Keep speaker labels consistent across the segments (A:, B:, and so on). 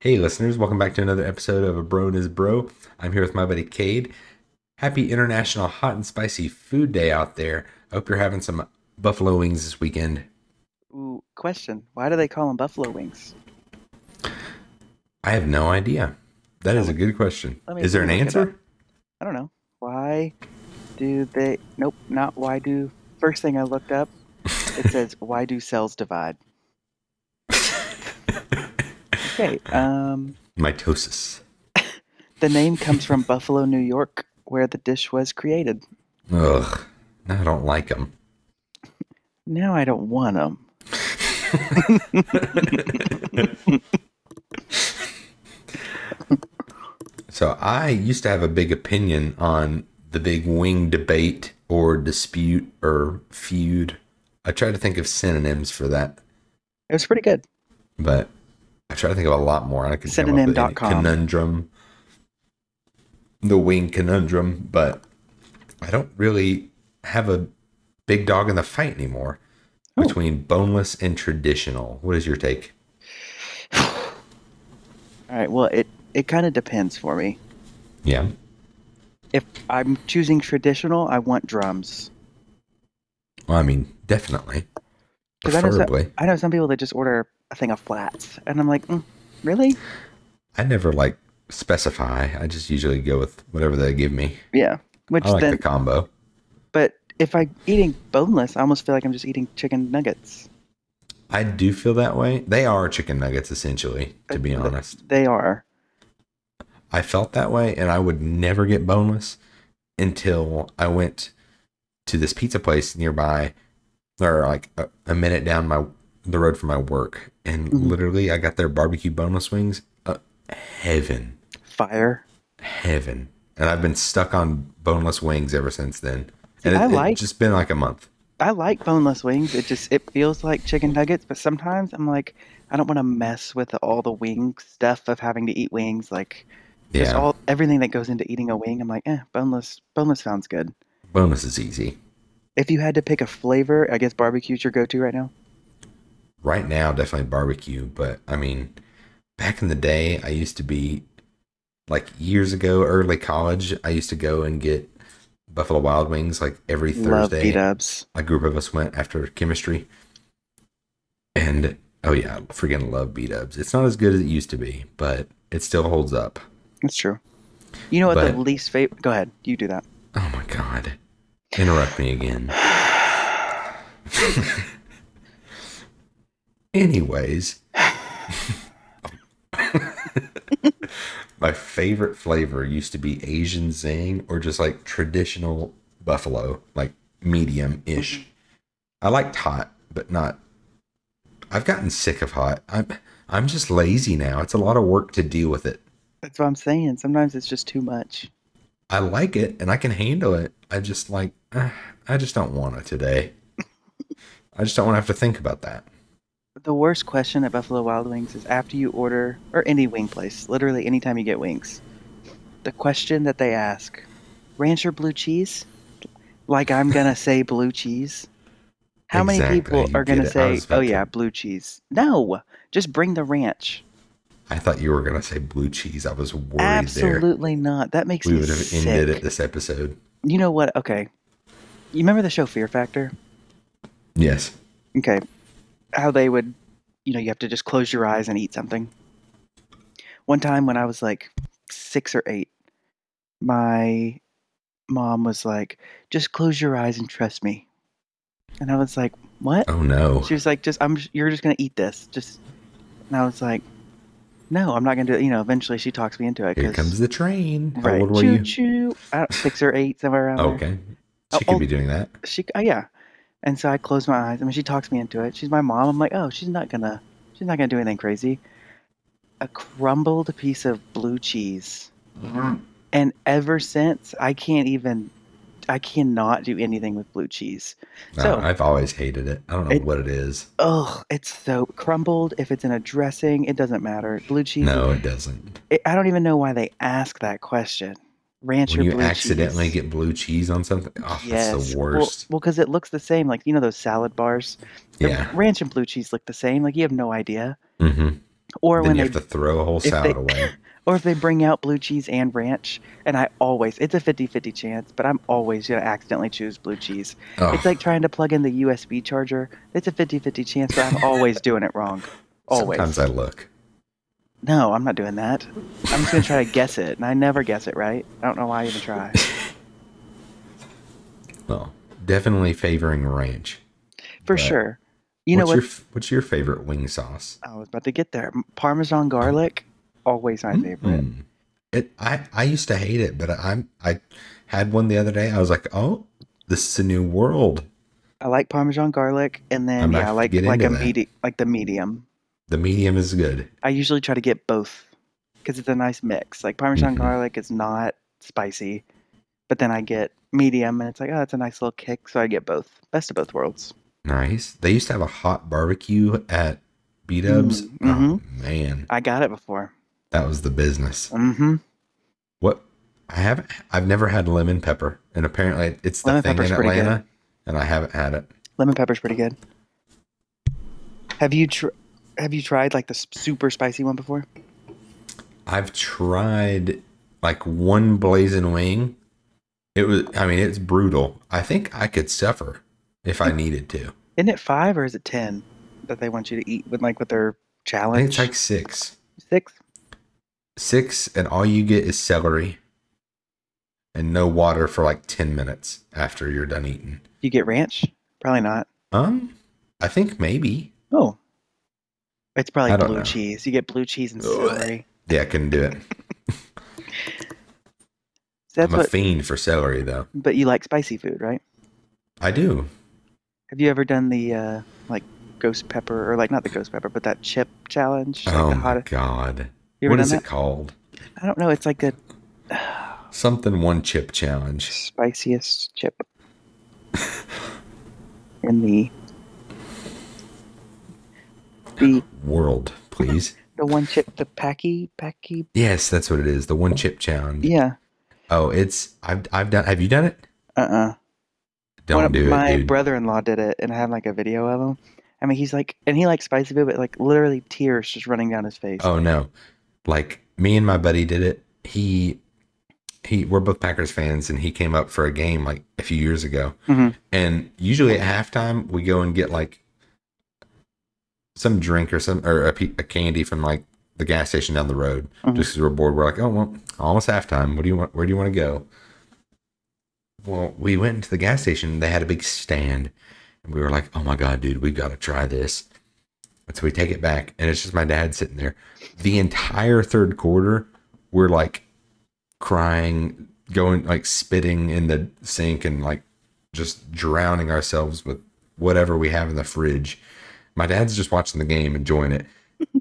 A: Hey, listeners, welcome back to another episode of A Bro and His Bro. I'm here with my buddy Cade. Happy International Hot and Spicy Food Day out there. I hope you're having some buffalo wings this weekend.
B: Ooh, question. Why do they call them buffalo wings?
A: I have no idea. That is a good question.
B: Let me-
A: Is there
B: let
A: an
B: me look it
A: answer?
B: I don't know. Why do they. Nope, not why do. First thing I looked up, it says, why do cells divide? okay. Um,
A: Mitosis.
B: the name comes from Buffalo, New York, where the dish was created.
A: Ugh. I don't like them.
B: Now I don't want them.
A: So I used to have a big opinion on the big wing debate or dispute or feud. I try to think of synonyms for that,
B: It was pretty good.
A: but I try to think of a lot more. I could come up with any
B: Synonym.com.
A: conundrum, the wing conundrum, but I don't really have a big dog in the fight anymore
B: Oh.
A: between boneless and traditional. What is your take?
B: All right. Well, it, it kind of depends for me.
A: Yeah.
B: If I'm choosing traditional, I want drums.
A: Well, I mean, definitely.
B: 'Cause I know, some,
A: Preferably.
B: I know some people that just order a thing of flats, and I'm like, mm, really?
A: I never like specify. I just usually go with whatever they give me.
B: Yeah. Which
A: I like
B: then,
A: the combo.
B: but if I'm eating boneless, I almost feel like I'm just eating chicken nuggets.
A: I do feel that way. They are chicken nuggets essentially, to be
B: But
A: honest.
B: they are.
A: I felt that way and I would never get boneless until I went to this pizza place nearby or like a, a minute down my the road from my work and
B: Mhm.
A: literally I got their barbecue boneless wings. Uh, heaven.
B: Fire.
A: Heaven. And I've been stuck on boneless wings ever since then.
B: See,
A: And it,
B: I
A: it's
B: like-
A: just been like a month.
B: I like boneless wings. It just it feels like chicken nuggets, but sometimes I'm like, I don't want to mess with all the wing stuff of having to eat wings. Like just all everything that goes into eating a wing. I'm like, eh, boneless. Boneless sounds good.
A: Boneless is easy.
B: If you had to pick a flavor, I guess barbecue's your go-to right now.
A: Right now, definitely barbecue, but I mean, back in the day, I used to be like years ago, early college, I used to go and get Buffalo Wild Wings like every
B: Love B
A: Thursday.
B: Dubs.
A: A group of us went after chemistry. And oh, yeah, I freaking love B dubs. It's not as good as it used to be, but it still holds up.
B: That's true. You know what the
A: But-
B: least favorite? Go ahead. You do that.
A: Oh my God. Interrupt me again. Anyways, my favorite flavor used to be Asian Zing or just like traditional buffalo, like medium ish. I liked hot, but not. I've gotten sick of hot. I'm I'm just lazy now. It's a lot of work to deal with it.
B: That's what I'm saying. Sometimes it's just too much.
A: I like it and I can handle it. I just like ah, I just don't want it today. I just don't want to have to think about that.
B: The worst question at Buffalo Wild Wings is after you order, or any wing place, literally anytime you get wings, the question that they ask, ranch or blue cheese? Like I'm going to say blue cheese. How many
A: Exactly,
B: people
A: you
B: are going to
A: did it. I
B: say,
A: was about
B: oh
A: to-
B: yeah, blue cheese? No, just bring the ranch.
A: I thought you were gonna say blue cheese. I was worried there.
B: Absolutely not. That makes
A: We
B: me
A: would have
B: sick.
A: ended it this episode.
B: You know what? Okay. You remember the show Fear Factor?
A: Yes.
B: Okay. How they would, you know, you have to just close your eyes and eat something. One time when I was like six or eight, my mom was like, just close your eyes and trust me. And I was like, what?
A: Oh no.
B: She was like, just, I'm, you're just going to eat this. Just, and I was like, no, I'm not going to do it. You know, eventually she talks me into it.
A: Here
B: 'cause-
A: comes the train. How
B: right.
A: old were
B: choo,
A: you? Oh,
B: Choo, I don't, six or eight, somewhere around there
A: Okay. She could be doing that.
B: she uh, yeah and so i close my eyes i mean she talks me into it she's my mom i'm like oh she's not gonna she's not gonna do anything crazy a crumbled piece of blue cheese
A: Mm-hmm.
B: and ever since i can't even i cannot do anything with blue cheese So-
A: Uh, I've always hated it. I don't know
B: It-
A: what it is.
B: Ugh, it's so crumbled if it's in a dressing it doesn't matter blue cheese
A: No, it doesn't.
B: it, i don't even know why they ask that question ranch
A: When
B: or
A: you
B: blue
A: accidently
B: cheese?
A: get blue cheese on something, oh, that's the
B: Well-
A: worst.
B: well because it looks the same like you know those salad bars
A: yeah.
B: ranch and blue cheese look the same like you have no idea
A: Mm-hmm.
B: Or
A: Then
B: when
A: you
B: they
A: have to throw a whole
B: if
A: salad
B: they-
A: away.
B: or if they bring out blue cheese and ranch and i always it's a 50-50 chance but i'm always going to accidentally choose blue cheese
A: Oh,
B: it's like trying to plug in the usb charger it's a 50-50 chance but i'm always doing it wrong always
A: Sometimes I look.
B: no i'm not doing that i'm just going to try to guess it and i never guess it right i don't know why i even try
A: No, definitely favoring ranch.
B: for
A: Right.
B: sure you know
A: what's
B: what
A: Your, f- what's your favorite wing sauce?
B: i was about to get there parmesan garlic always my favorite
A: Mm. It I I used to hate it, but I, I'm I had one the other day. I was like, oh, this is a new world.
B: i like parmesan garlic and then
A: I'm gonna
B: yeah I
A: have to
B: like
A: get
B: like a
A: into that.
B: medi- like the medium
A: The medium is good.
B: I usually try to get both because it's a nice mix. Like Parmesan
A: Mhm.
B: garlic is not spicy, but then I get medium, and it's like, oh, it's a nice little kick. So I get both. Best of both worlds.
A: Nice. They used to have a hot barbecue at B Dubs.
B: Mm,
A: Oh man,
B: I got it before.
A: that was the business.
B: Mm-hmm.
A: What I haven't I've never had lemon pepper, and apparently it's the
B: Lemon
A: thing
B: pepper's
A: in
B: pretty good.
A: Atlanta, and I haven't had it.
B: Lemon pepper's pretty good. Have you tr- have you tried like the s- super spicy one before?
A: I've tried like one blazing wing. It was I mean it's brutal. I think I could suffer if I needed to.
B: Isn't it five or is it ten that they want you to eat with like with their
A: I think
B: challenge?
A: it's like six.
B: six.
A: Six and all you get is celery and no water for like ten minutes after you're done eating.
B: You get ranch? Probably not.
A: Um I think maybe.
B: Oh, it's probably
A: I don't
B: blue
A: know.
B: cheese. You get blue cheese and
A: Ugh.
B: celery.
A: Yeah, I couldn't do it.
B: So that's
A: I'm a
B: what
A: fiend for celery though.
B: But you like spicy food, right?
A: I do.
B: Have you ever done the uh, like ghost pepper or like not the ghost pepper, but that chip challenge? Like
A: Oh
B: the
A: my
B: hot,
A: god.
B: you ever
A: What
B: done
A: is
B: that?
A: it called?
B: I don't know. It's like the
A: Something one chip challenge.
B: spiciest chip in the the
A: World, please.
B: the one chip, the packy packy.
A: Yes, that's what it is. The one chip challenge.
B: Yeah.
A: Oh, it's I've I've done. Have you done it?
B: Uh uh
A: Don't
B: One
A: do
B: of
A: it,
B: my
A: dude.
B: brother-in-law did it, and I have like a video of him. I mean, he's like, and he likes spicy food, but like literally tears just running down his face.
A: oh no, like me and my buddy did it. He he, we're both Packers fans, and he came up for a game like a few years ago.
B: Mhm.
A: And usually at halftime, we go and get like some drink or some or a, pe- a candy from like the gas station down the road.
B: Mhm.
A: Just because we're bored, we're like, oh well, almost halftime. What do you want? Where do you want to go? Well, we went into the gas station. They had a big stand, and we were like, oh my god, dude, we've got to try this. And so we take it back, and it's just my dad sitting there. The entire third quarter, we're like crying, going like spitting in the sink and like just drowning ourselves with whatever we have in the fridge. My dad's just watching the game, enjoying it.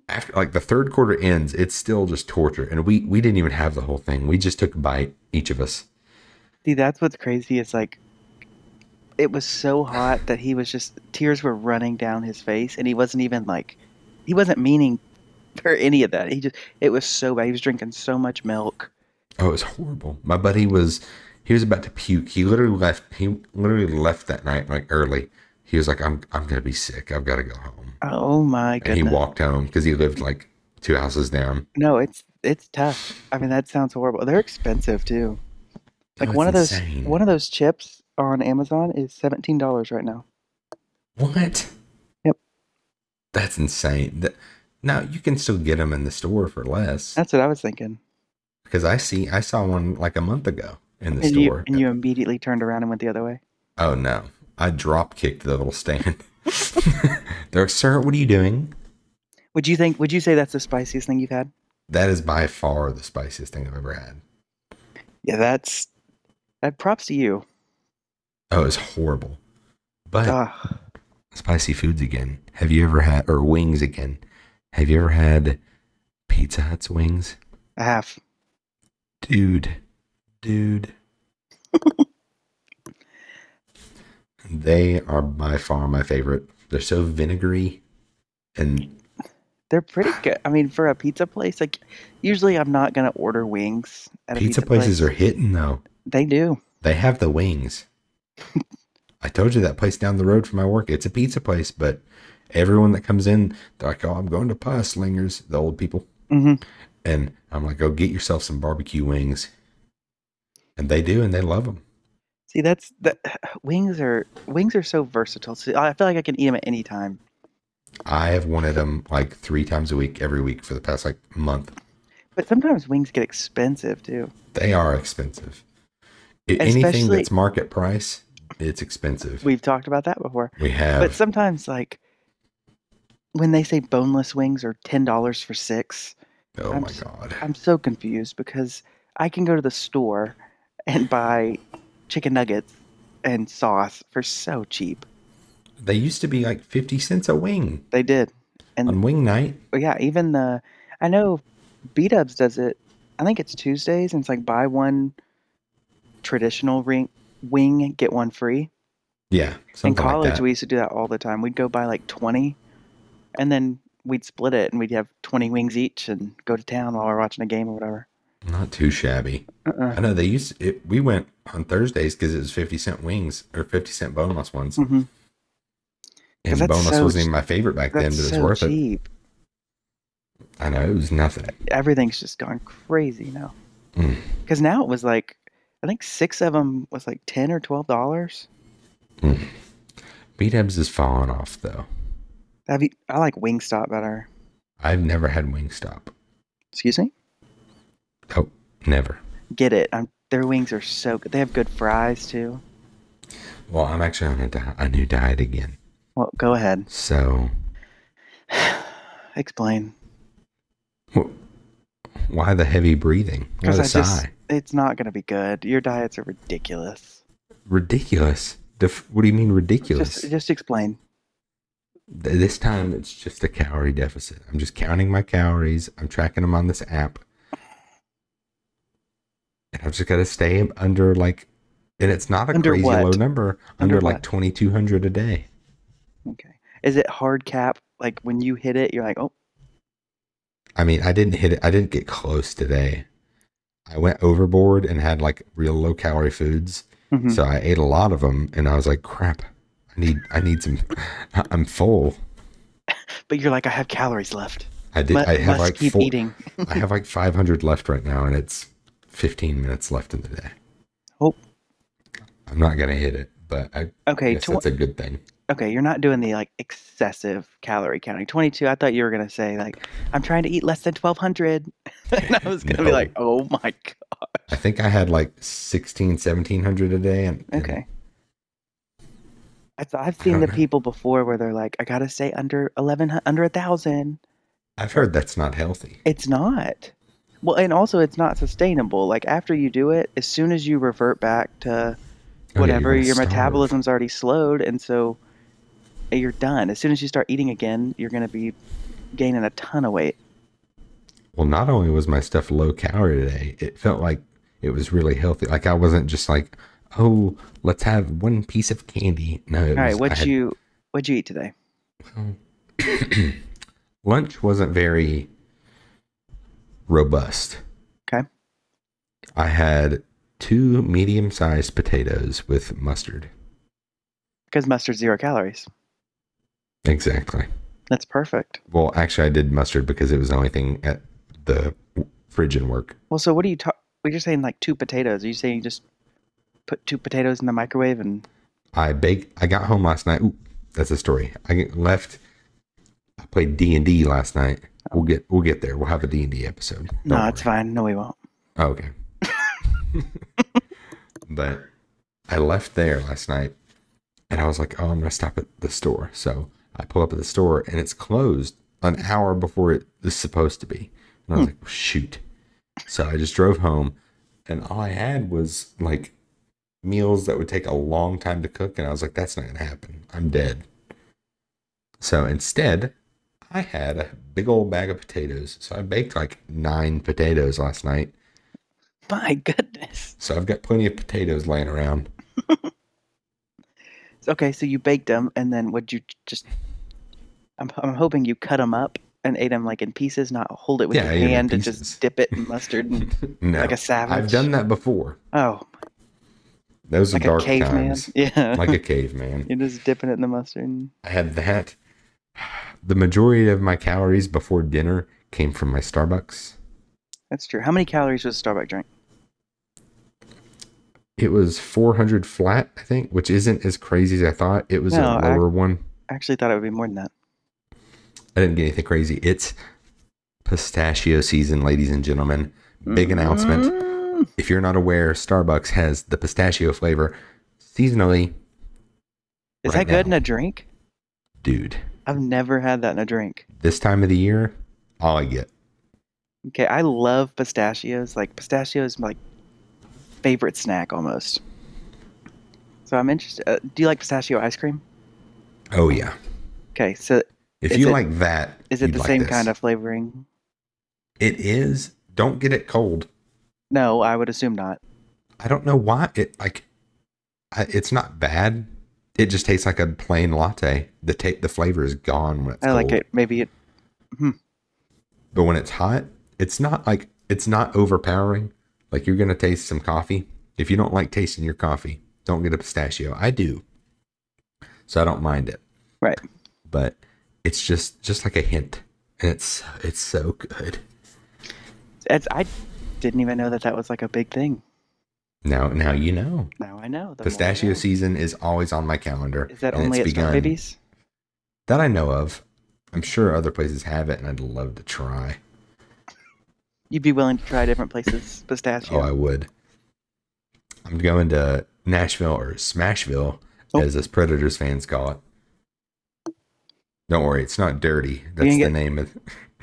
A: After like the third quarter ends, it's still just torture. And we we didn't even have the whole thing. We just took a bite, each of us.
B: See, that's what's crazy. Is like, it was so hot that he was just tears were running down his face, and he wasn't even like, he wasn't meaning for any of that. He just, it was so bad. He was drinking so much milk.
A: Oh, it was horrible. My buddy was he was about to puke. He literally left he literally left that night like early. He was like, I'm I'm gonna be sick. I've gotta go home.
B: Oh my
A: And he
B: goodness!
A: walked home because he lived like two houses down.
B: no, it's it's tough. I mean, that sounds horrible. They're expensive too. Like
A: Oh,
B: one of
A: it's
B: those
A: insane.
B: one of those chips on Amazon is seventeen dollars right now.
A: What?
B: Yep.
A: That's insane. That, now you can still get them in the store for less
B: That's what I was thinking.
A: because I see I saw one like a month ago in the
B: and
A: store.
B: you and you immediately turned around and went the other way.
A: oh no! I drop kicked the little stand. They're like, sir, what are you doing?
B: Would you think? Would you say that's the spiciest thing you've had?
A: That is by far the spiciest thing I've ever had.
B: Yeah, that's that props to you.
A: Oh, it's horrible. But
B: Ugh.
A: spicy foods again. Have you ever had or wings again? Have you ever had Pizza Hut's wings?
B: I have.
A: dude, dude. they are by far my favorite. They're so vinegary, and
B: They're pretty good. I mean, for a pizza place, like usually I'm not gonna order wings at a
A: pizza,
B: pizza,
A: places
B: place.
A: are hitting though.
B: They do.
A: They have the wings. I told you that place down the road from my work. It's a pizza place, but Everyone that comes in, they're like, "Oh, I'm going to Pie Slingers," the old people,
B: hmm
A: and I'm like, "Go get yourself some barbecue wings," and they do, and they love them.
B: See, that's that. Wings are wings are so versatile. So I feel like I can eat them at any time.
A: I have wanted them like three times a week, every week for the past like month.
B: But sometimes wings get expensive too.
A: They are expensive. I- Anything
B: Especially-
A: that's market price, it's expensive.
B: We've talked about that before.
A: We have
B: But sometimes, like when they say boneless wings are ten dollars for six,
A: oh
B: I'm
A: my
B: s-
A: god.
B: I'm so confused because I can go to the store and buy chicken nuggets and sauce for so cheap.
A: They used to be like 50 cents a wing
B: They did.
A: on wing night.
B: But yeah, even the I know B Dubs does it. I think it's Tuesdays, and it's like buy one traditional ring, wing, get one free.
A: Yeah. Something
B: In college,
A: like that.
B: we used to do that all the time. We'd go buy like twenty, and then we'd split it, and we'd have twenty wings each, and go to town while we we're watching a game or whatever.
A: Not too shabby.
B: Uh-uh.
A: I know they used it. We went on Thursdays because it was 50 cent wings or 50 cent boneless ones.
B: Mhm.
A: And
B: that's
A: boneless
B: so
A: wasn't even my favorite back then,
B: That's
A: but it's
B: so
A: worth it.
B: cheap.
A: I know it was nothing.
B: Everything's just gone crazy now.
A: Mm.
B: Because now it was like I think six of them was like ten or twelve dollars.
A: B Dubs is falling off though.
B: Have you? I like Wingstop better.
A: I've never had Wingstop.
B: Excuse me.
A: Oh, never.
B: get it. i their wings are so good. They have good fries too.
A: Well, I'm actually on a, di- a new diet again.
B: Well, go ahead.
A: So,
B: Explain.
A: wh- why the heavy breathing? What
B: Because
A: a
B: I just,
A: sigh.
B: it's not going to be good. Your diets are ridiculous.
A: Ridiculous. Def- what do you mean ridiculous?
B: Just, just explain.
A: Th- This time it's just a calorie deficit. I'm just counting my calories. I'm tracking them on this app. And I've just got to stay under like, and it's not a
B: Under
A: crazy
B: what?
A: low number,
B: Under
A: under, like
B: what?
A: 2,200 a day.
B: Okay. Is it hard cap? Like when you hit it, you're like, oh,
A: I mean, I didn't hit it, I didn't get close today. I went overboard and had like real low calorie foods.
B: mhm.
A: So I ate a lot of them and I was like, crap, I need, I need some, I'm full.
B: but you're like, I have calories left.
A: I did,
B: Mu-
A: I have
B: must
A: like
B: keep
A: four,
B: eating.
A: I have like 500 left right now, and it's 15 minutes left in the day.
B: Oh.
A: I'm not gonna hit it, but I
B: Okay.
A: guess
B: tw-
A: that's a good thing.
B: okay. You're not doing the like excessive calorie counting. 22. I thought you were going to say like, I'm trying to eat less than 1200. and I was going to be
A: No.
B: like, oh my God.
A: I think I had like 16, 1700 a day, and, and
B: Okay. I th- I've seen
A: don't
B: the
A: know.
B: people before where they're like, I gotta stay under eleven, under a thousand.
A: I've heard that's not healthy.
B: It's not. Well, and also it's not sustainable. Like after you do it, as soon as you revert back to
A: Oh, yeah, you're
B: whatever,
A: gonna
B: your
A: starve.
B: metabolism's already slowed, and so eh, you're done. As soon as you start eating again, you're gonna be gaining a ton of weight.
A: Well, not only was my stuff low calorie today, it felt like it was really healthy. Like I wasn't just like, oh, let's have one piece of candy. No, it
B: All right,
A: was, I
B: what
A: had-
B: you what'd you eat today?
A: lunch wasn't very robust.
B: Okay.
A: I had two medium sized potatoes with mustard.
B: Because mustard's zero calories.
A: Exactly.
B: That's perfect.
A: Well, actually, I did mustard because it was the only thing at the fridge and work.
B: Well, so what are you talking? You're saying like two potatoes. Are you saying you just put two potatoes in the microwave and
A: I baked. I got home last night. Ooh, that's a story. I get- left. I played D and D last night. We'll get we'll get there. We'll have a D and D episode. Don't
B: No,
A: worry.
B: it's fine. No, we won't.
A: Oh, okay. but I left there last night and I was like, oh, I'm going to stop at the store. So I pull up at the store and it's closed an hour before it is supposed to be. And I was like, shoot. So I just drove home and all I had was like meals that would take a long time to cook. And I was like, that's not going to happen. I'm dead. So instead, I had a big old bag of potatoes. So I baked like nine potatoes last night.
B: My goodness.
A: So I've got plenty of potatoes laying around.
B: So- Okay, so you baked them, and then would you j- just? I'm I'm hoping you cut them up and ate them like in pieces, not hold it with
A: Yeah, I
B: your
A: ate 'em in
B: hand and
A: pieces.
B: just dip it in mustard and
A: No,
B: like a savage.
A: I've done that before.
B: Oh,
A: Those
B: like
A: are
B: a
A: dark
B: caveman.
A: times.
B: Yeah,
A: like a caveman.
B: you're just dipping it in the mustard. and-
A: I had that. The majority of my calories before dinner came from my Starbucks.
B: That's true. How many calories was a Starbucks drink?
A: It was 400 flat, I think, which isn't as crazy as I thought. It was
B: No,
A: a
B: I-
A: lower one.
B: I actually thought it would be more than that.
A: I didn't get anything crazy. It's pistachio season, ladies and gentlemen. Big announcement.
B: Mm.
A: If you're not aware, Starbucks has the pistachio flavor seasonally.
B: Is
A: right
B: that good
A: now.
B: in a drink?
A: Dude,
B: I've never had that in a drink.
A: this time of the year, all I get.
B: Okay, I love pistachios. Like pistachios, my like, favorite snack almost. So I'm interested. Uh, do you like pistachio ice cream?
A: Oh, yeah.
B: Okay, so
A: If
B: Is
A: you
B: it-
A: like that,
B: is it
A: you'd
B: the
A: like
B: same
A: this.
B: kind of flavoring?
A: It is. Don't get it cold.
B: No, I would assume not.
A: I don't know why it like. I, it's not bad. It just tastes like a plain latte. The ta- the flavor is gone when it's
B: I like
A: cold.
B: it. Maybe it.
A: But when it's hot, it's not like it's not overpowering. Like you're gonna taste some coffee. If you don't like tasting your coffee, don't get a pistachio. I do, so I don't mind it.
B: Right.
A: But it's just just like a hint, and it's it's so good.
B: It's, I didn't even know that that was like a big thing.
A: Now now you know.
B: Now I know. the more I
A: Pistachio
B: know.
A: season is always on my calendar.
B: "Oh, Is that
A: and
B: only at
A: it's
B: Star
A: begun.
B: Babies?
A: That I know of. I'm sure other places have it, and I'd love to try.
B: You'd be willing to try different places. Pistachio.
A: Oh, I would. I'm going to Nashville or Smashville,
B: Oh.
A: as us Predators fans call it. Don't worry, it's not dirty. That's the
B: can get-
A: name of.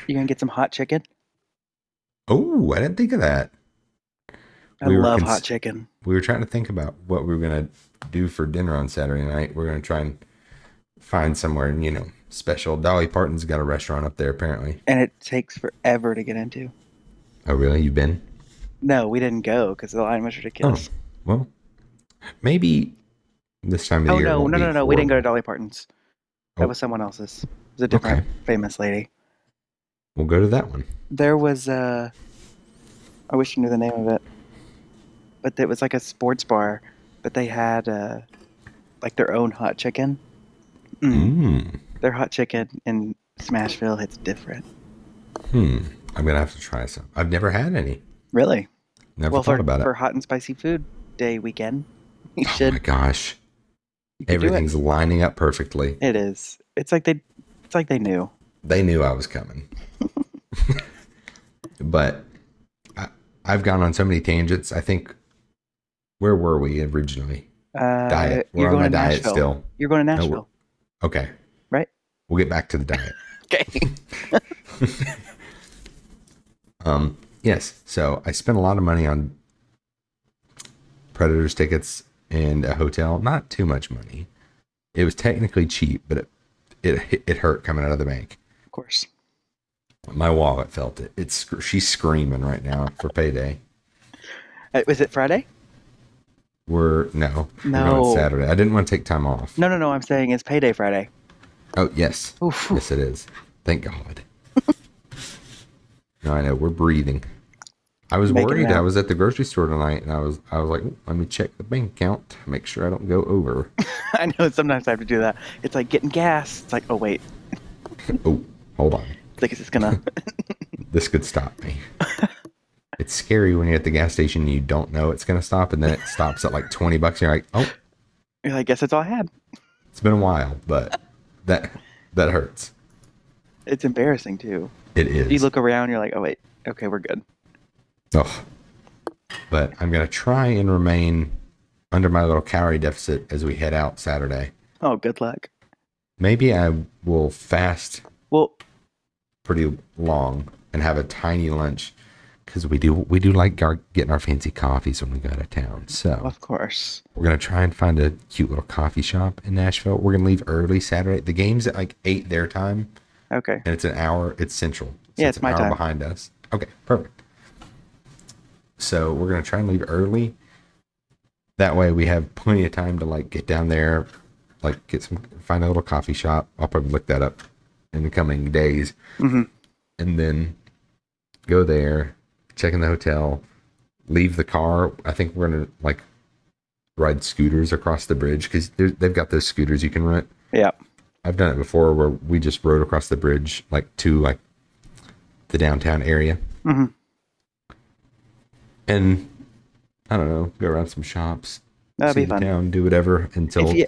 B: you gonna get some hot chicken?
A: Oh, I didn't think of that.
B: I
A: We were
B: love
A: cons-
B: hot chicken.
A: We were trying to think about what we were gonna do for dinner on Saturday night. We're gonna try and find somewhere, you know, special. Dolly Parton's got a restaurant up there, apparently.
B: And it takes forever to get into.
A: Oh, really? You've been?
B: No, we didn't go because the line was ridiculous.
A: Oh, Well, maybe this time of the
B: Oh,
A: year.
B: no,
A: won't
B: no,
A: be
B: no, no. We didn't go to
A: horrible.
B: Dolly Parton's. That
A: Oh.
B: was someone else's. It was a different famous lady.
A: We'll go to that one.
B: There was uh I wish I knew the name of it. But it was like a sports bar, but they had uh like their own hot chicken. Mm.
A: Mm.
B: Their hot chicken in Smashville hits different.
A: Hmm. I'm gonna have to try some. I've never had any.
B: Really?
A: Never
B: well
A: thought
B: for,
A: about
B: for
A: it.
B: hot and spicy food day weekend. You
A: oh
B: should
A: my gosh,
B: you could do it.
A: everything's lining up perfectly.
B: It is. It's like they it's like they knew.
A: They knew I was coming. but I, I've gone on so many tangents. I think where were we originally?
B: Uh,
A: Diet. We're
B: you're
A: on
B: going
A: a
B: to
A: diet
B: Nashville.
A: still.
B: You're going to
A: we're-
B: Nashville.
A: Okay.
B: Right?
A: We'll get back to the diet.
B: Okay.
A: Um, yes. So I spent a lot of money on Predators tickets and a hotel. Not too much money. It was technically cheap, but it it, it hurt coming out of the bank.
B: of course.
A: My wallet felt it. It's sc- she's screaming right now for payday.
B: Uh, was it Friday?
A: We're no, we're
B: No.
A: going Saturday. I didn't want to take time off.
B: No, no, no. I'm saying it's payday Friday.
A: Oh yes,
B: Oof.
A: yes it is. Thank God. no, I know we're breathing. I was
B: Make it
A: worried. I
B: out.
A: was at the grocery store tonight, and I was I was like, "Ooh, let me check the bank account, make sure I don't go over.
B: I know sometimes I have to do that. It's like getting gas. It's like, oh wait,
A: oh, hold on,
B: it's like it's just gonna.
A: this could stop me. it's scary when you're at the gas station and you don't know it's gonna stop, and then it stops at like twenty bucks. And you're like, oh,
B: You're like, guess that's all I had.
A: it's been a while, but that that hurts.
B: It's embarrassing too.
A: It is.
B: You look around. You're like, oh wait, okay, we're good.
A: Oh. But I'm going to try and remain under my little calorie deficit as we head out Saturday.
B: Oh, good luck.
A: Maybe I will fast
B: Well,
A: pretty long and have a tiny lunch because we do we do like our, getting our fancy coffees when we go out of town. So
B: of course.
A: we're gonna try and find a cute little coffee shop in Nashville. We're gonna leave early Saturday. The game's at like eight their time,
B: Okay.
A: and it's an hour. It's central. So
B: Yeah, it's
A: an
B: my
A: hour
B: time.
A: behind us. Okay, perfect. So we're gonna try and leave early. That way we have plenty of time to like get down there, like get some find a little coffee shop. I'll probably look that up in the coming days,
B: Mhm.
A: and then go there, check in the hotel, leave the car. I think we're gonna like ride scooters across the bridge because they've got those scooters you can rent.
B: Yeah.
A: I've done it before where we just rode across the bridge like to like the downtown area.
B: Mhm.
A: And I don't know, go around some shops,
B: That'd
A: see
B: be
A: the
B: fun.
A: town, do whatever until
B: If you,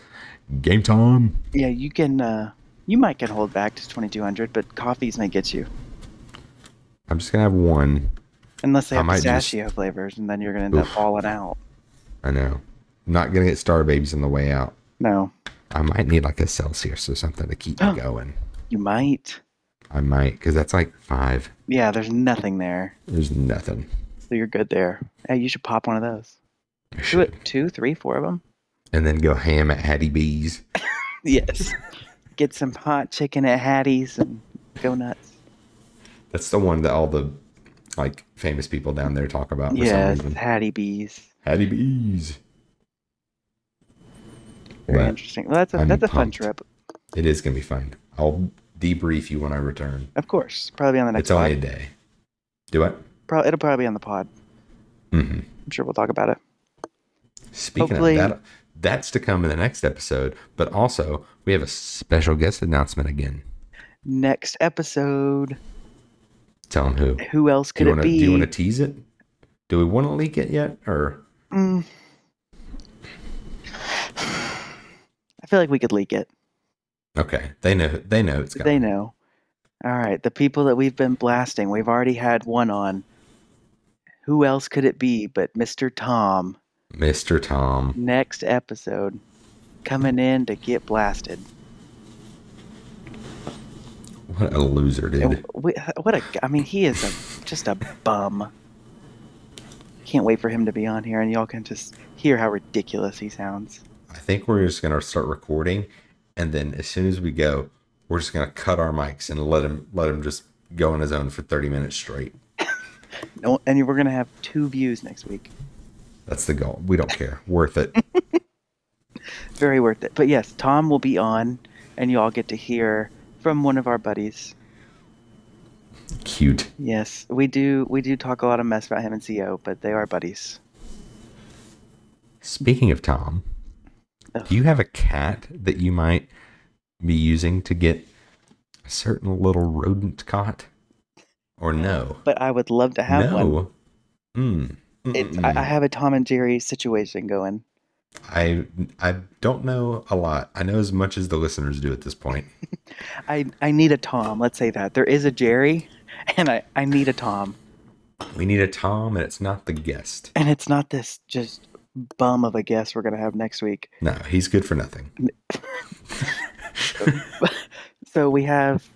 A: game time.
B: yeah, you can. Uh, you might can hold back to twenty two hundred, but coffees may get you
A: I'm just gonna have one.
B: unless they
A: I
B: have
A: might just-
B: pistachio flavors, and then you're gonna end up
A: Oof.
B: falling out.
A: I know. Not gonna get star babies on the way out.
B: No,
A: I might need like a Celsius or something to keep me going.
B: you might.
A: I might, because that's like five.
B: Yeah, there's nothing there,
A: There's nothing.
B: so you're good there. Hey, you should pop one of those.
A: I
B: Do
A: should-
B: it two, three, four of them.
A: And then go ham at Hattie B's.
B: Yes. Get some hot chicken at Hattie's and go nuts.
A: That's the one that all the like famous people down there talk about for
B: Yes,
A: some reason.
B: Hattie B's.
A: Hattie B's.
B: Very
A: But
B: interesting. Well, that's a
A: I'm
B: that's a fun
A: pumped.
B: trip,
A: it is gonna be fun. I'll debrief you when I return.
B: of course. Probably on the next
A: it's only a
B: pod.
A: day. Do what?
B: Pro- it'll probably be on the pod.
A: hmm
B: I'm sure we'll talk about it.
A: Speaking
B: Hopefully-
A: of that, that's to come in the next episode. But also, we have a special guest announcement again.
B: Next episode.
A: Tell them who.
B: Who else
A: Do
B: could
A: you want
B: it
A: to? Do
B: be?
A: you want to tease it? Do we want to leak it yet, or
B: Mm. I feel like we could leak it.
A: okay? They know. They know it's
B: They
A: coming.
B: know. All right, the people that we've been blasting, we've already had one on. Who else could it be but Mr. Tom?
A: Mr. Tom.
B: next episode coming in to get blasted.
A: What a loser, dude.
B: And we- what a I mean, he is a, just a bum. Can't wait for him to be on here, and y'all can just hear how ridiculous he sounds.
A: I think we're just gonna start recording, and then as soon as we go, we're just gonna cut our mics and let him let him just go on his own for thirty minutes straight.
B: No, and we're gonna have two views next week.
A: That's the goal. We don't care. Worth it.
B: Very worth it. But yes, Tom will be on, and y'all get to hear from one of our buddies.
A: Cute.
B: Yes, we do. We do talk a lot of mess about him and Co, but they are buddies.
A: Speaking of Tom, do you have a cat that you might be using to get a certain little rodent caught, or no?
B: But I would love to have one.
A: no. Mm.
B: It's,
A: Mm-mm-mm.
B: I, I have a Tom and Jerry situation going.
A: I I don't know a lot. I know as much as the listeners do at this point.
B: I, I need a Tom. Let's say that there is a Jerry, and I, I need a Tom,
A: We need a Tom, and it's not the guest.
B: and it's not this just bum of a guess we're gonna have next week.
A: No, he's good for nothing.
B: So we have,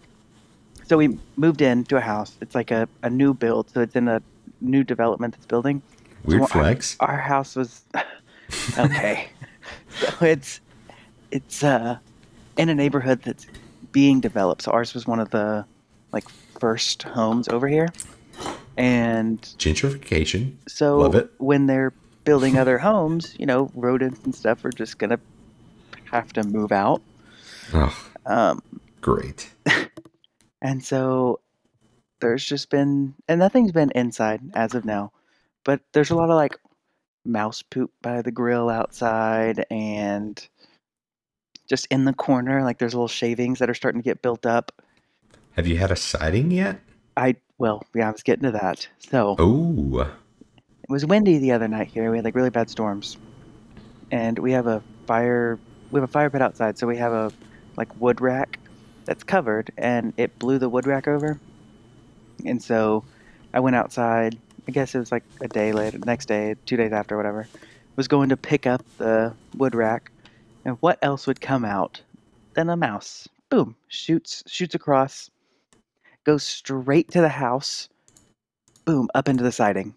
B: so we moved into a house. It's like a, a new build, so it's in a new development that's building.
A: Weird
B: Well, I-
A: flex.
B: Our house was okay. so it's it's uh in a neighborhood that's being developed. So ours was one of the like first homes over here, and
A: Gentrification.
B: So
A: Love it.
B: when they're building other homes, you know, rodents and stuff are just gonna have to move out.
A: Oh,
B: Um,
A: great.
B: and so there's just been and nothing's been inside as of now, but there's a lot of like mouse poop by the grill outside and just in the corner, like there's little shavings that are starting to get built up.
A: Have you had a sighting yet?
B: I well, yeah, I was getting to that. So
A: Oh,
B: It was windy the other night here. We had like really bad storms, and we have a fire. We have a fire pit outside, so we have a like wood rack that's covered, and it blew the wood rack over. And so, I went outside. I guess it was like a day later, next day, two days after, whatever. Was going to pick up the wood rack, and what else would come out than a mouse? Boom! Shoots shoots across, goes straight to the house. Boom! Up into the siding.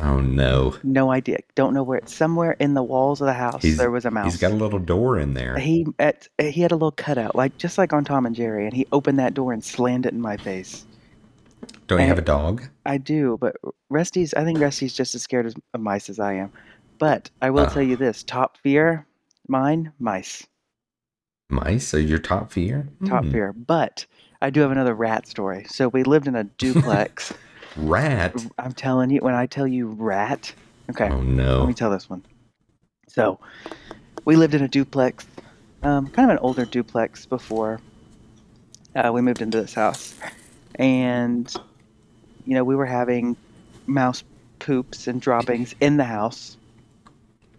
A: oh no.
B: No idea. Don't know where. It's somewhere in the walls of the house.
A: He's-
B: there was a mouse.
A: He's got a little door in there.
B: he at, he had a little cutout, like just like on Tom and Jerry, and he opened that door and slammed it in my face.
A: Don't you have a dog?
B: I do, but Rusty's. I think Rusty's just as scared as, of mice as I am. But I will
A: Ah.
B: tell you this: top fear, mine, mice.
A: Mice? So your top fear?
B: Top
A: Hmm.
B: fear. But I do have another rat story. So we lived in a duplex.
A: Rat?
B: I'm telling you, when I tell you rat, okay.
A: Oh
B: Let
A: no.
B: me tell this one. So, we lived in a duplex um, kind of an older duplex before uh, we moved into this house, and you know we were having mouse poops and droppings in the house,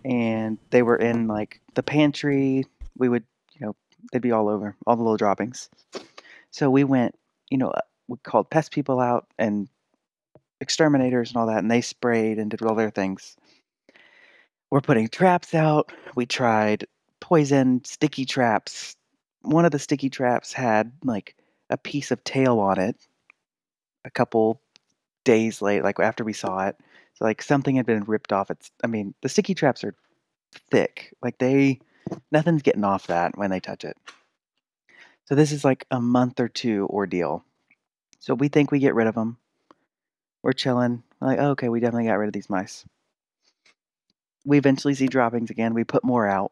B: and they were in like the pantry. We would, you know, they'd be all over all the little droppings. So we went, you know, we called pest people out and exterminators and all that, and they sprayed and did all their things. We're putting traps out. We tried poison sticky traps. One of the sticky traps had like a piece of tail on it. A couple days late, like after we saw it, so like something had been ripped off. It's, I mean, the sticky traps are thick. Like they, nothing's getting off that when they touch it. So this is like a month or two ordeal. So we think we get rid of them we're chilling. We're like, oh, okay, we definitely got rid of these mice. We eventually see droppings again. We put more out.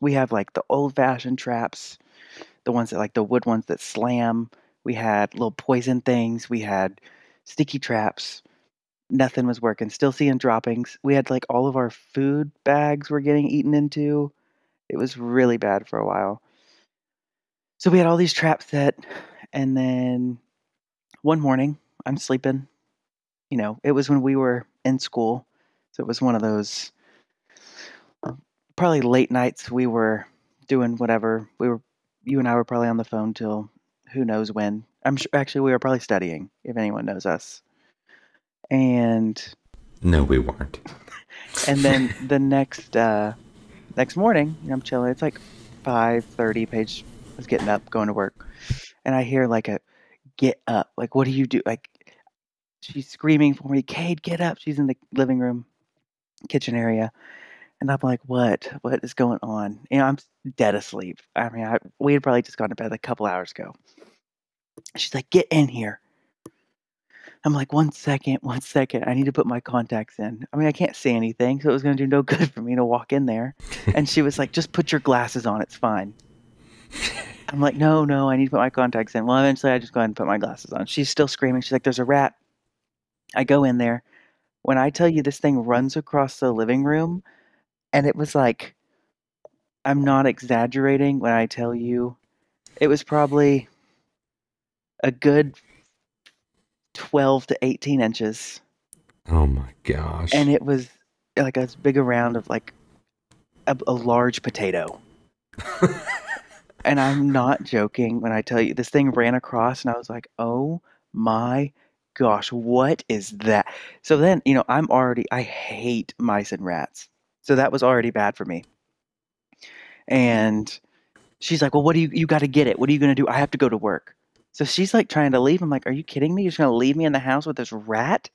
B: We have like the old fashioned traps, the ones that like the wood ones that slam. We had little poison things. We had sticky traps. Nothing was working. Still seeing droppings. We had like all of our food bags were getting eaten into. It was really bad for a while. So we had all these traps set. And then one morning, I'm sleeping you know, it was when we were in school. So it was one of those probably late nights we were doing whatever. We were you and I were probably on the phone till who knows when. I'm sure actually we were probably studying if anyone knows us. And
A: no, we weren't.
B: and then the next uh next morning, you know, I'm chilling. It's like 5:30 page was getting up going to work. And I hear like a get up. Like what do you do? Like she's screaming for me, Cade, get up. She's in the living room, kitchen area. And I'm like, what? What is going on? You know, I'm dead asleep. I mean, I, we had probably just gone to bed a couple hours ago. She's like, get in here. I'm like, one second, one second. I need to put my contacts in. I mean, I can't see anything, so it was going to do no good for me to walk in there. and she was like, just put your glasses on. It's fine. I'm like, no, no, I need to put my contacts in. Well, eventually I just go ahead and put my glasses on. She's still screaming. She's like, there's a rat. I go in there. When I tell you this thing runs across the living room, and it was like, I'm not exaggerating when I tell you it was probably a good 12 to 18 inches.
A: Oh my gosh.
B: And it was like as big a round of like a, a large potato. and I'm not joking when I tell you this thing ran across, and I was like, oh my gosh, what is that? So then, you know, I'm already, I hate mice and rats. So that was already bad for me. And she's like, well, what do you, you got to get it. What are you going to do? I have to go to work. So she's like trying to leave. I'm like, are you kidding me? You're just going to leave me in the house with this rat?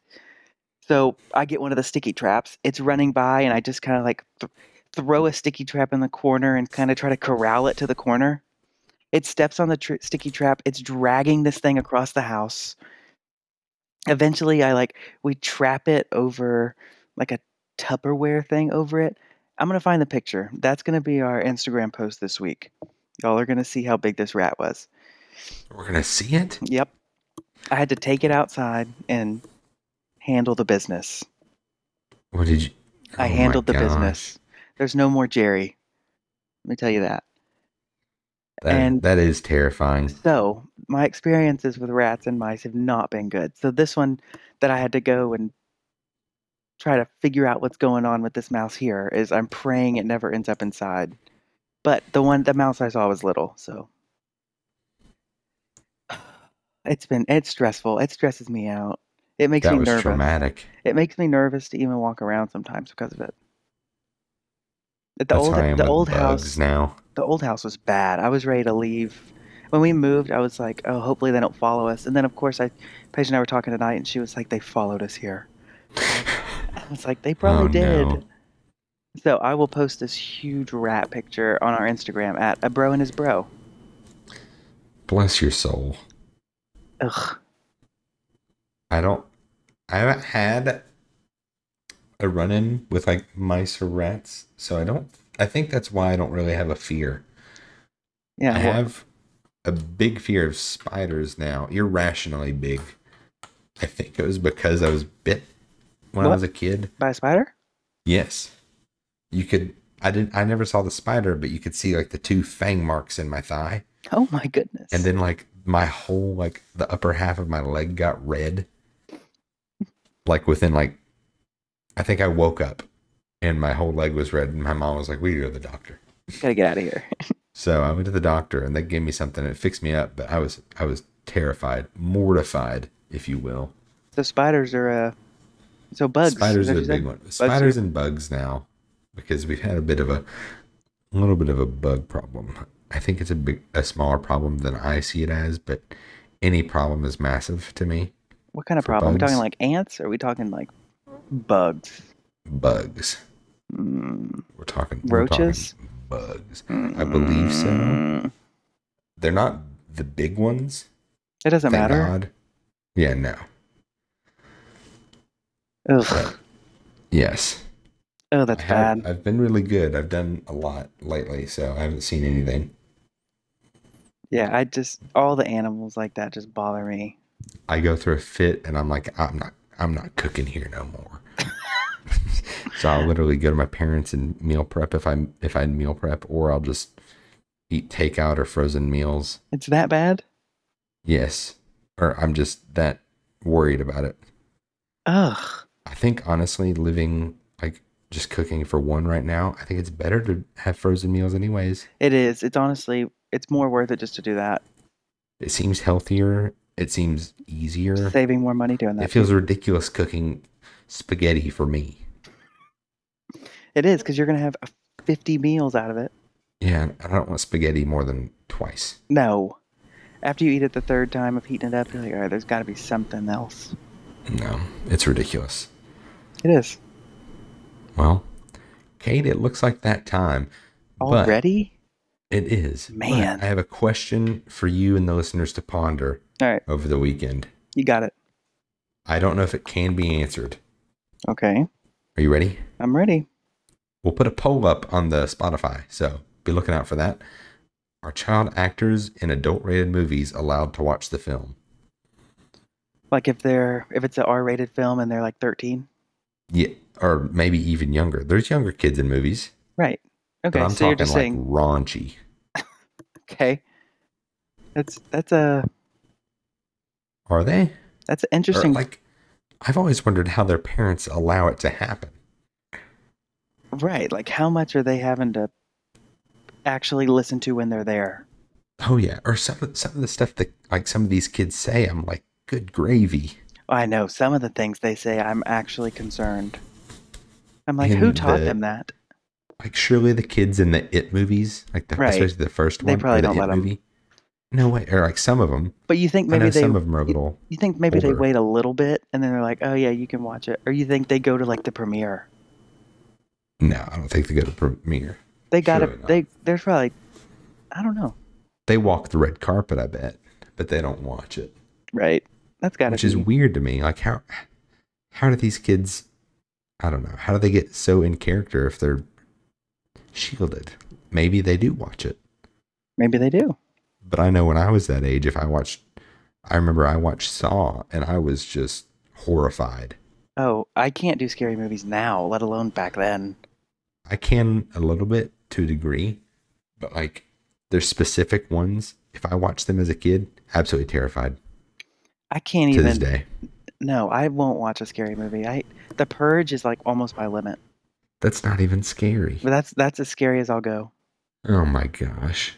B: So I get one of the sticky traps. It's running by, and I just kind of like th- throw a sticky trap in the corner and kind of try to corral it to the corner. It steps on the tr- sticky trap. It's dragging this thing across the house eventually i like we trap it over like a tupperware thing over it i'm going to find the picture that's going to be our instagram post this week y'all are going to see how big this rat was
A: we're going to see it
B: yep i had to take it outside and handle the business
A: what did you
B: i oh handled the business there's no more jerry let me tell you that
A: that, and that is terrifying.
B: So my experiences with rats and mice have not been good. So this one that I had to go and try to figure out what's going on with this mouse here is I'm praying it never ends up inside. But the one the mouse I saw was little, so it's been it's stressful. It stresses me out. It makes
A: that
B: me
A: was
B: nervous.
A: Traumatic.
B: It makes me nervous to even walk around sometimes because of it. At the
A: That's
B: old
A: how I am
B: the
A: with
B: old
A: bugs
B: house
A: now.
B: the old house was bad. I was ready to leave. When we moved, I was like, oh, hopefully they don't follow us. And then, of course, I, Paige and I were talking tonight, and she was like, they followed us here. I was like, they probably
A: Oh,
B: did.
A: no.
B: So I will post this huge rat picture on our Instagram at a bro and his bro.
A: Bless your soul.
B: Ugh.
A: I don't. I haven't had a run in with like mice or rats, so I don't. I think that's why I don't really have a fear.
B: Yeah.
A: I
B: well,
A: have a big fear of spiders now, irrationally big. I think it was because I was bit when I
B: What?
A: was a kid.
B: by a spider?
A: Yes. You could I didn't. I never saw the spider, but you could see like the two fang marks in my thigh,
B: Oh my goodness.
A: and then like my whole like the upper half of my leg got red. Like within like, I think I woke up, and my whole leg was red, and my mom was like, "We go to the doctor."
B: gotta get out of here.
A: So I went to the doctor, and they gave me something. It fixed me up, but I was I was terrified, mortified, if you will.
B: So spiders are uh, so bugs.
A: Spiders
B: is
A: are
B: that
A: a
B: what you
A: big
B: said?
A: one. Spiders and bugs now, because we've had a bit of a, a little bit of a bug problem. I think it's a big, a smaller problem than I see it as, but any problem is massive to me.
B: What kind of
A: for
B: problem? Are we
A: bugs.
B: talking like ants? Are we talking like bugs?
A: Bugs.
B: Mm,
A: We're talking we're talking
B: Roaches?
A: bugs. I believe so.
B: mm.
A: They're not the big ones.
B: It doesn't
A: thank
B: matter.
A: God. Yeah. No.
B: Ugh.
A: Yes.
B: Oh, that's
A: I have,
B: bad.
A: I've been really good. I've done a lot lately, so I haven't seen anything.
B: Yeah, I just all the animals like that just bother me.
A: I go through a fit, and I'm like, I'm not, I'm not cooking here no more. so I'll literally go to my parents and meal prep if I if I meal prep, or I'll just eat takeout or frozen meals.
B: It's that bad.
A: Yes, or I'm just that worried about it.
B: Ugh.
A: I think honestly, living like just cooking for one right now, I think it's better to have frozen meals anyways.
B: It is. It's honestly. It's more worth it just to do that.
A: It seems healthier. It seems easier.
B: Saving more money doing
A: It
B: that.
A: feels ridiculous cooking spaghetti for me.
B: It is because you're gonna have uh, 50 meals out of it.
A: Yeah, I don't want spaghetti more than twice.
B: No. After you eat it the third time of heating it up, you're like, all right, there's got to be something else.
A: No, it's ridiculous.
B: It is
A: Well, Kate, it looks like that time. but
B: already.
A: it is. But
B: Man.
A: I have a question for you and the listeners to ponder
B: All right,
A: over the weekend.
B: you got it.
A: I don't know if it can be answered.
B: Okay,
A: Are you ready?
B: I'm ready.
A: We'll put a poll up on the Spotify, so be looking out for that. Are child actors in adult rated movies allowed to watch the film?
B: Like if they're if it's an R-rated film and they're like 13,
A: Yeah, or maybe even younger. There's younger kids in movies.
B: right? Okay,
A: but I'm
B: so
A: talking
B: you're just
A: like
B: saying
A: raunchy.
B: okay. That's that's a
A: Are they? Or,
B: that's an interesting.
A: like, I've always wondered how their parents allow it to happen.
B: right, like how much are they having to actually listen to when they're there?
A: Oh yeah, or some of- some of the stuff that like some of these kids say, I'm like, good gravy.
B: I know some of the things they say. I'm actually concerned. I'm like, who
A: And
B: taught
A: the-
B: them that?
A: Like surely the kids in the It movies, like the,
B: Right.
A: especially the first
B: They
A: one, or
B: probably
A: the
B: don't
A: It
B: let 'em.
A: movie. No way, or like some of them.
B: But you think
A: I
B: maybe
A: know
B: they
A: some of them are a little.
B: you think maybe they
A: older.
B: wait a little bit and then they're like, oh yeah, you can watch it. Or you think they go to like the premiere?
A: No, I don't think they go to premiere.
B: They got
A: Surely
B: it.
A: not.
B: They there's probably I don't know.
A: They walk the red carpet, I bet, but they don't watch it,
B: Right. That's got to
A: which
B: be.
A: is weird to me. Like how how do these kids? I don't know. How do they get so in character if they're shielded? Maybe they do watch it.
B: maybe they do.
A: But I know when I was that age, if I watched, I remember I watched Saw and I was just horrified.
B: Oh, I can't do scary movies now, let alone back then.
A: I can a little bit to a degree, but like there's specific ones. If I watched them as a kid, absolutely terrified
B: I can't
A: to this
B: even.
A: day.
B: No, I won't watch a scary movie. I The Purge is like almost my limit,
A: That's not even scary.
B: but that's that's as scary as I'll go.
A: Oh my gosh.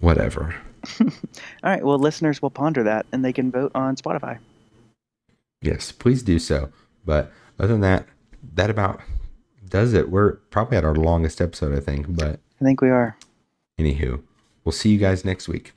A: Whatever.
B: All right, well, listeners will ponder that and they can vote on Spotify.
A: Yes, please do so. But other than that, that about does it. We're probably at our longest episode, I think. But
B: I think we are.
A: anywho, we'll see you guys next week.